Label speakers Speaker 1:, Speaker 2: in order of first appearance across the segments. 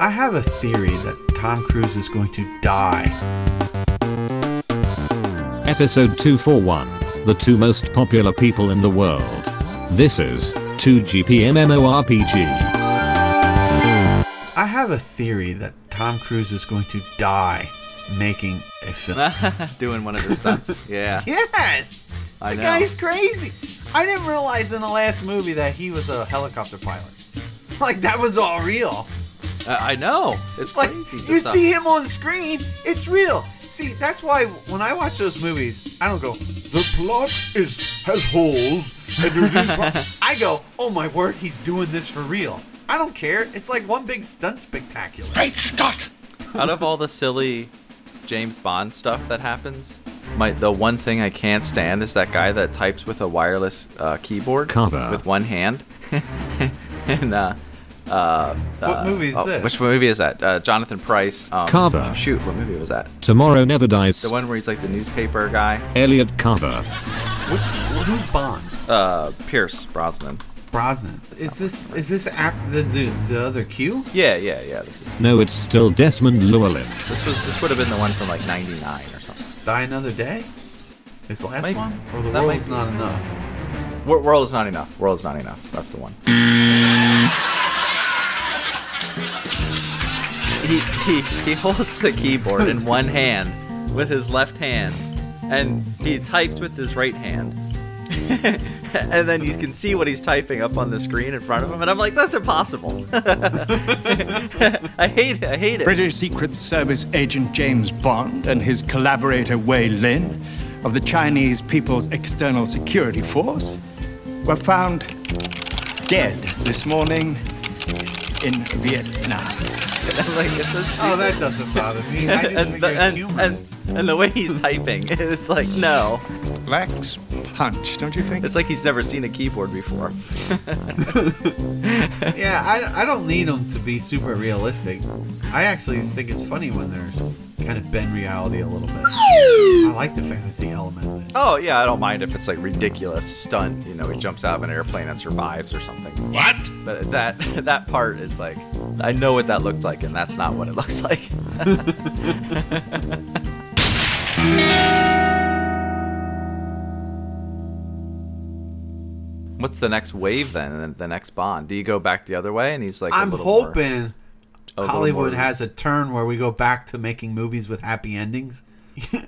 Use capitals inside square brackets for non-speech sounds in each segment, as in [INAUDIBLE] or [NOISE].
Speaker 1: I have a theory that Tom Cruise is going to die.
Speaker 2: Episode 241 The two most popular people in the world. This is 2GPMMORPG.
Speaker 1: I have a theory that Tom Cruise is going to die making a film.
Speaker 3: Doing one of
Speaker 1: [LAUGHS]
Speaker 3: his stunts. Yeah.
Speaker 1: yes!
Speaker 3: I
Speaker 1: the
Speaker 3: know.
Speaker 1: guy's crazy. I didn't realize in the last movie that he was a helicopter pilot. [LAUGHS] Like, that was all real.
Speaker 3: Uh, I know. It's
Speaker 1: [LAUGHS] Like,
Speaker 3: crazy. the
Speaker 1: you
Speaker 3: stuff.
Speaker 1: see him on screen, it's real. See, that's why when I watch those movies, I don't go, the plot is has holes. and there's this [LAUGHS] pro-" I go, oh my word, he's doing this for real. I don't care. It's like one big stunt spectacular.
Speaker 3: Out of all the silly James Bond stuff that happens, my the one thing I can't stand is that guy that types with a wireless uh, keyboard
Speaker 2: Cover.
Speaker 3: with one hand. [LAUGHS] and uh, uh,
Speaker 1: What
Speaker 3: uh,
Speaker 1: movie is
Speaker 3: oh,
Speaker 1: this?
Speaker 3: Which movie is that? Uh, Jonathan Price. Um,
Speaker 2: Cover.
Speaker 3: Shoot, what movie was that?
Speaker 2: Tomorrow Never Dies.
Speaker 3: The one where he's like the newspaper guy.
Speaker 2: Elliot Carver.
Speaker 1: Which, who's Bond?
Speaker 3: Uh, Pierce Brosnan.
Speaker 1: Brosnan. Is this is this after the the, the other Q?
Speaker 3: Yeah, yeah, yeah. This, is-
Speaker 2: No, it's still Desmond Llewellyn.
Speaker 3: this was this would have been the one from like '99 or something.
Speaker 1: Die another day? Is the last
Speaker 3: Maybe.
Speaker 1: one? Or the
Speaker 3: That might
Speaker 1: world's
Speaker 3: be.
Speaker 1: not enough?
Speaker 3: Wor- World is not enough. World is not enough. That's the one. He, he, he holds the keyboard in one hand with his left hand, and he types with his right hand. [LAUGHS] and then you can see what he's typing up on the screen in front of him, and I'm like, that's impossible. [LAUGHS] I hate it. I hate it.
Speaker 4: British Secret Service agent James Bond and his collaborator Wei Lin of the Chinese People's External Security Force were found dead this morning in Vietnam.
Speaker 3: [LAUGHS] like, it's so stupid.
Speaker 1: Oh, that doesn't bother me. [LAUGHS] I just
Speaker 3: and,
Speaker 1: figure
Speaker 3: the,
Speaker 1: it's
Speaker 3: and,
Speaker 1: human.
Speaker 3: and, and the way he's typing [LAUGHS] is like, no.
Speaker 4: Lacks punch, don't you think?
Speaker 3: It's like he's never seen a keyboard before.
Speaker 1: yeah, I, I don't need them to be super realistic. I actually think it's funny when they're kind of bend reality a little bit. I like the fantasy element. of it.
Speaker 3: Oh yeah, I don't mind if it's like ridiculous stunt. You know, he jumps out of an airplane and survives or something. What? But that [LAUGHS] that part is like, I know what that looked like, and that's not what it [LAUGHS] looks like. What's the next wave then? and then The next Bond? Do you go back the other way? And he's like, a
Speaker 1: I'm
Speaker 3: little more-
Speaker 1: hoping
Speaker 3: a little
Speaker 1: Hollywood
Speaker 3: more-
Speaker 1: has a turn where we go back to making movies with happy [LAUGHS] endings,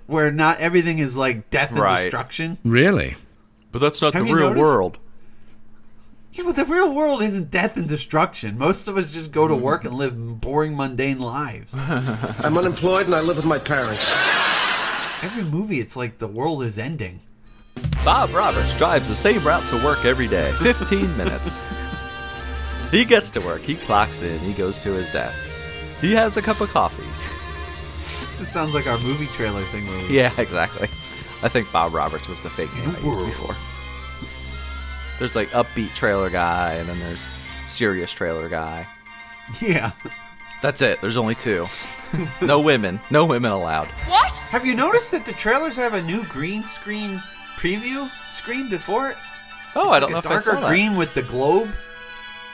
Speaker 1: where not everything is like death and
Speaker 3: Right.
Speaker 1: destruction.
Speaker 5: Really?
Speaker 3: But that's not
Speaker 1: Have
Speaker 3: the
Speaker 1: you
Speaker 3: real
Speaker 1: noticed?
Speaker 3: world.
Speaker 1: Yeah, but the real world isn't death and destruction. Most of us just go to work and live boring, mundane [LAUGHS] lives.
Speaker 6: I'm unemployed and I live with my parents.
Speaker 1: Every movie, it's like the world is ending.
Speaker 3: Bob Roberts drives the same route to work every
Speaker 1: [LAUGHS]
Speaker 3: day 15 minutes. He gets to work, he clocks in, he goes to his desk. He has a cup of coffee. [LAUGHS]
Speaker 1: This sounds like our movie trailer thing. Where we,
Speaker 3: Yeah, exactly. I think Bob Roberts was the fake name I used before. There's like upbeat trailer guy, and then there's serious trailer guy.
Speaker 1: yeah.
Speaker 3: That's it, there's only
Speaker 1: [LAUGHS]
Speaker 3: two. No women, no women allowed.
Speaker 1: Have you noticed that the trailers have a new green screen preview screen before it?
Speaker 3: Oh, I don't know
Speaker 1: Like
Speaker 3: if
Speaker 1: a
Speaker 3: I
Speaker 1: darker
Speaker 3: saw that.
Speaker 1: green with the globe,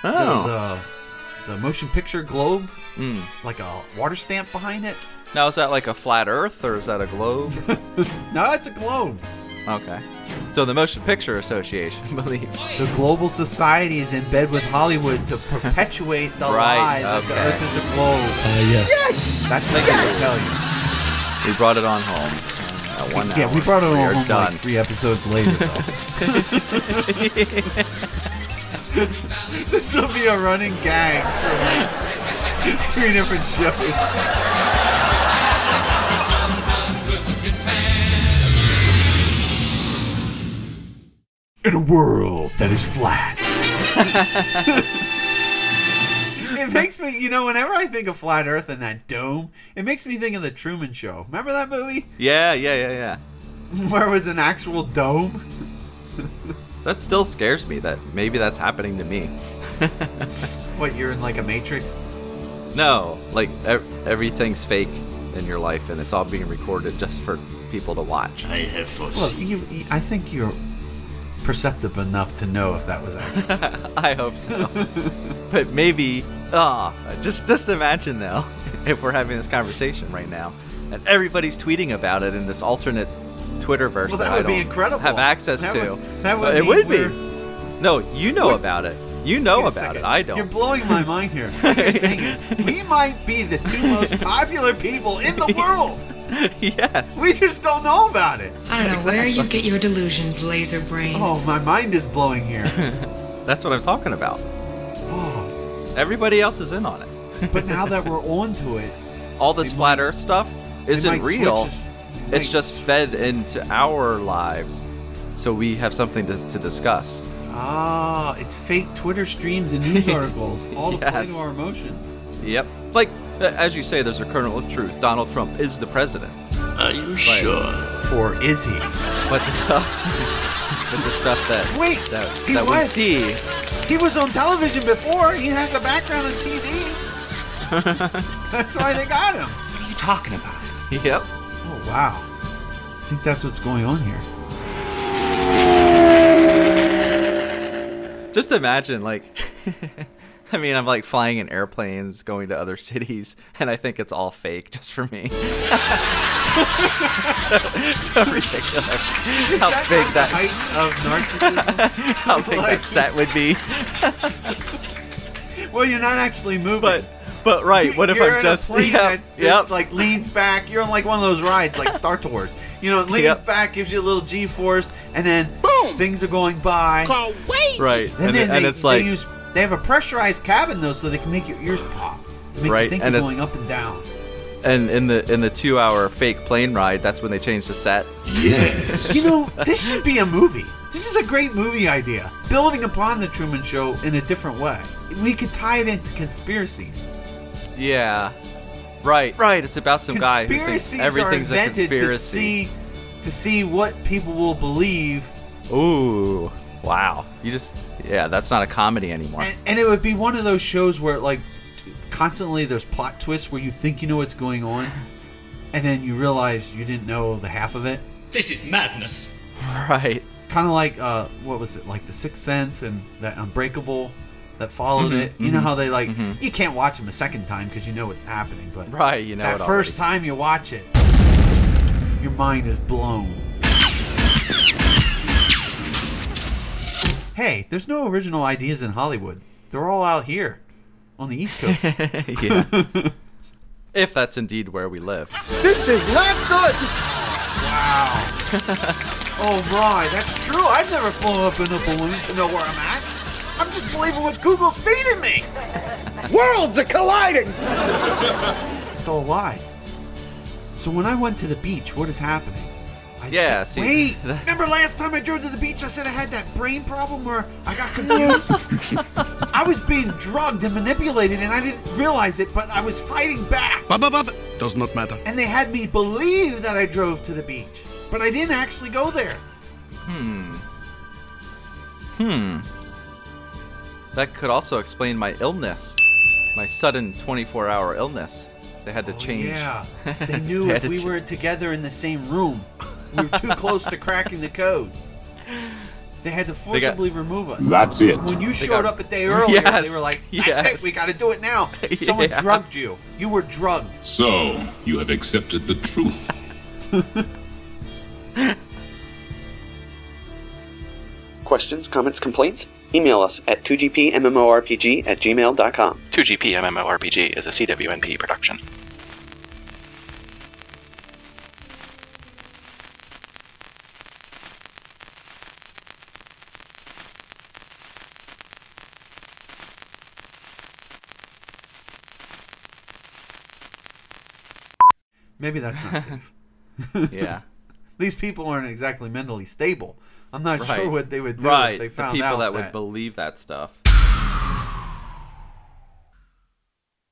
Speaker 3: Oh.
Speaker 1: the, the the motion picture globe,
Speaker 3: Mm.
Speaker 1: like a water stamp behind it.
Speaker 3: Now, is that like a flat earth or is that a globe?
Speaker 1: [LAUGHS] No, it's a globe.
Speaker 3: Okay. So the Motion Picture Association [LAUGHS] believes.
Speaker 1: The global society is in bed with Hollywood to perpetuate the lie
Speaker 3: Right,
Speaker 1: that the
Speaker 3: okay.
Speaker 1: Earth is a globe. That's what they
Speaker 3: Thank you.
Speaker 1: tell you.
Speaker 3: We brought it on home. Uh, one
Speaker 1: Yeah,
Speaker 3: hour.
Speaker 1: we brought it all
Speaker 3: are
Speaker 1: home
Speaker 3: done.
Speaker 1: like three episodes later, though.
Speaker 3: [LAUGHS]
Speaker 1: this will be a running gag for like three different shows. In a world that is
Speaker 3: [LAUGHS]
Speaker 1: flat. it makes me, you know, whenever I think of flat Earth and that dome, it makes me think of the Truman Show. Remember that movie?
Speaker 3: Yeah, yeah, yeah, yeah.
Speaker 1: [LAUGHS] where it was an actual dome.
Speaker 3: That still scares me. That maybe that's happening to me.
Speaker 1: What you're in like a matrix?
Speaker 3: No, like ev- everything's fake in your life, and it's all being recorded just for people to watch.
Speaker 1: Look, you, you- I think you're perceptive enough to know if that [LAUGHS] was accurate.
Speaker 3: I hope so. but maybe, ah, just just imagine though, [LAUGHS] if we're having this conversation right now, and everybody's tweeting about it in this alternate Twitterverse
Speaker 1: Well,
Speaker 3: that,
Speaker 1: that
Speaker 3: I
Speaker 1: would be
Speaker 3: don't
Speaker 1: incredible.
Speaker 3: have access
Speaker 1: That
Speaker 3: to.
Speaker 1: would- that would
Speaker 3: But it
Speaker 1: mean
Speaker 3: would be.
Speaker 1: we're-
Speaker 3: No, you know about it. You know
Speaker 1: Wait a
Speaker 3: about it.
Speaker 1: second.
Speaker 3: I don't.
Speaker 1: You're blowing my mind here. What you're saying is [LAUGHS] we might be the two most popular people in [LAUGHS] the world.
Speaker 3: [LAUGHS] yes.
Speaker 1: We just don't know about it.
Speaker 5: I don't know where you get your delusions, laser brain.
Speaker 1: Oh, my mind is blowing here. [LAUGHS]
Speaker 3: That's what I'm talking about.
Speaker 1: Oh,
Speaker 3: Everybody else is in on it.
Speaker 1: but now that we're onto [LAUGHS] it,
Speaker 3: All this flat Earth stuff
Speaker 1: might
Speaker 3: isn't
Speaker 1: switch
Speaker 3: real.
Speaker 1: us- they
Speaker 3: It's
Speaker 1: might-
Speaker 3: just fed into our lives, so we have something to, to discuss.
Speaker 1: ah, it's fake Twitter streams and [LAUGHS] news articles, all to play
Speaker 3: Yes.
Speaker 1: to our emotions.
Speaker 3: Yep. Like, uh, as you say, there's a kernel of truth. Donald Trump is the president.
Speaker 7: Are you sure?
Speaker 1: Or is he?
Speaker 3: But the stuff, but the stuff [LAUGHS] that
Speaker 1: Wait,
Speaker 3: that,
Speaker 1: he
Speaker 3: that we
Speaker 1: was.
Speaker 3: see, [LAUGHS]
Speaker 1: He was on television before. He has a background in
Speaker 3: [LAUGHS]
Speaker 1: TV. that's why they got him.
Speaker 7: What are you talking about?
Speaker 3: yep.
Speaker 1: Oh wow! I think that's what's going on here.
Speaker 3: Just imagine, like, [LAUGHS] I mean, I'm like flying in airplanes, going to other [LAUGHS] cities, and I think it's all fake just for me. [LAUGHS] so, so ridiculous. How
Speaker 1: Is that
Speaker 3: big
Speaker 1: not the
Speaker 3: that
Speaker 1: height of narcissism.
Speaker 3: how big
Speaker 1: like-
Speaker 3: that set
Speaker 1: [LAUGHS]
Speaker 3: would be. [LAUGHS]
Speaker 1: Well, you're not actually moving.
Speaker 3: But but right, what if
Speaker 1: You're
Speaker 3: I'm
Speaker 1: in
Speaker 3: just
Speaker 1: a plane
Speaker 3: [LAUGHS] yep,
Speaker 1: that just
Speaker 3: yep.
Speaker 1: like leans back? You're on like one of those rides, like
Speaker 3: [LAUGHS]
Speaker 1: Star Tours. You know, it leans
Speaker 3: Yep.
Speaker 1: back, gives you a little G-force, and then
Speaker 7: Boom!
Speaker 1: things are going by.
Speaker 7: Call Waze.
Speaker 3: right,
Speaker 1: And,
Speaker 3: and,
Speaker 1: then
Speaker 3: it- and
Speaker 1: they,
Speaker 3: it's like
Speaker 1: they use they have a pressurized cabin though, so they can make your ears pop, to make
Speaker 3: Right,
Speaker 1: you think
Speaker 3: and
Speaker 1: you're
Speaker 3: it's-
Speaker 1: going up and down.
Speaker 3: and in the in the two hour fake plane ride, that's when they changed the set.
Speaker 1: You know, this should be a movie. This is a great movie idea, building upon the Truman Show in a different way. We could tie it into conspiracies.
Speaker 3: Yeah. Right. Right. It's about some guy who thinks
Speaker 1: Conspiracies
Speaker 3: everything's
Speaker 1: are
Speaker 3: a
Speaker 1: invented
Speaker 3: conspiracy.
Speaker 1: to see to see what people will believe
Speaker 3: Ooh. Wow. You just yeah, that's not a comedy anymore.
Speaker 1: and, and it would be one of those shows where like constantly there's plot twists where you think you know what's going on and then you realize you didn't know the half of it
Speaker 8: This is madness.
Speaker 3: [LAUGHS] right. [LAUGHS]
Speaker 1: kind of like uh what was it like the sixth sense and that unbreakable that followed
Speaker 3: Mm-hmm,
Speaker 1: it you know how they like you can't watch them a second time because you know what's happening but
Speaker 3: Right, you know
Speaker 1: that
Speaker 3: it
Speaker 1: first time you watch it your mind is blown hey there's no original ideas in hollywood they're all out here on the east
Speaker 3: [LAUGHS]
Speaker 1: coast
Speaker 3: yeah. if that's indeed where we live.
Speaker 6: This is not good.
Speaker 1: Oh my, that's true. I've never flown up in a balloon to know where I'm at. I'm just believing what Google's feeding me. Worlds are colliding. It's all lies. So when I went to the beach, what is happening? I
Speaker 3: Yeah,
Speaker 1: think-
Speaker 3: see- [LAUGHS]
Speaker 1: wait. Remember last time I drove to the beach? I said I had that brain problem where I got confused.
Speaker 3: [LAUGHS]
Speaker 1: I was being drugged and manipulated, and I didn't realize it, but I was fighting back
Speaker 7: Does not matter.
Speaker 1: and they had me believe that I drove to the beach, but I didn't actually go there.
Speaker 3: That could also explain my illness. My sudden twenty four hour illness. They had to change
Speaker 1: Oh,
Speaker 3: [LAUGHS]
Speaker 1: Yeah, they knew
Speaker 3: They
Speaker 1: if
Speaker 3: had
Speaker 1: we
Speaker 3: to
Speaker 1: were together in the same room, we were too close to cracking the code. They had to
Speaker 3: got-
Speaker 1: forcibly remove us.
Speaker 2: That's it.
Speaker 1: When you showed
Speaker 3: got-
Speaker 1: up a day earlier,
Speaker 3: Yes,
Speaker 1: they were like, "That's
Speaker 3: yes.
Speaker 1: it, we got to do it
Speaker 3: [LAUGHS]
Speaker 1: now." Someone
Speaker 3: Yeah.
Speaker 1: drugged you. You were drugged.
Speaker 9: So, you have accepted the truth.
Speaker 10: Questions, comments, complaints? Email us at 2gpmmorpg at gmail.com.
Speaker 11: 2GP MMORPG is a CWNP production.
Speaker 1: Maybe that's not safe. [LAUGHS]
Speaker 3: Yeah.
Speaker 1: These people aren't exactly mentally stable. [LAUGHS] I'm not
Speaker 3: Right.
Speaker 1: sure what they would do
Speaker 3: right.
Speaker 1: if they
Speaker 3: the
Speaker 1: found
Speaker 3: people
Speaker 1: out
Speaker 3: that,
Speaker 1: that,
Speaker 3: would believe that stuff.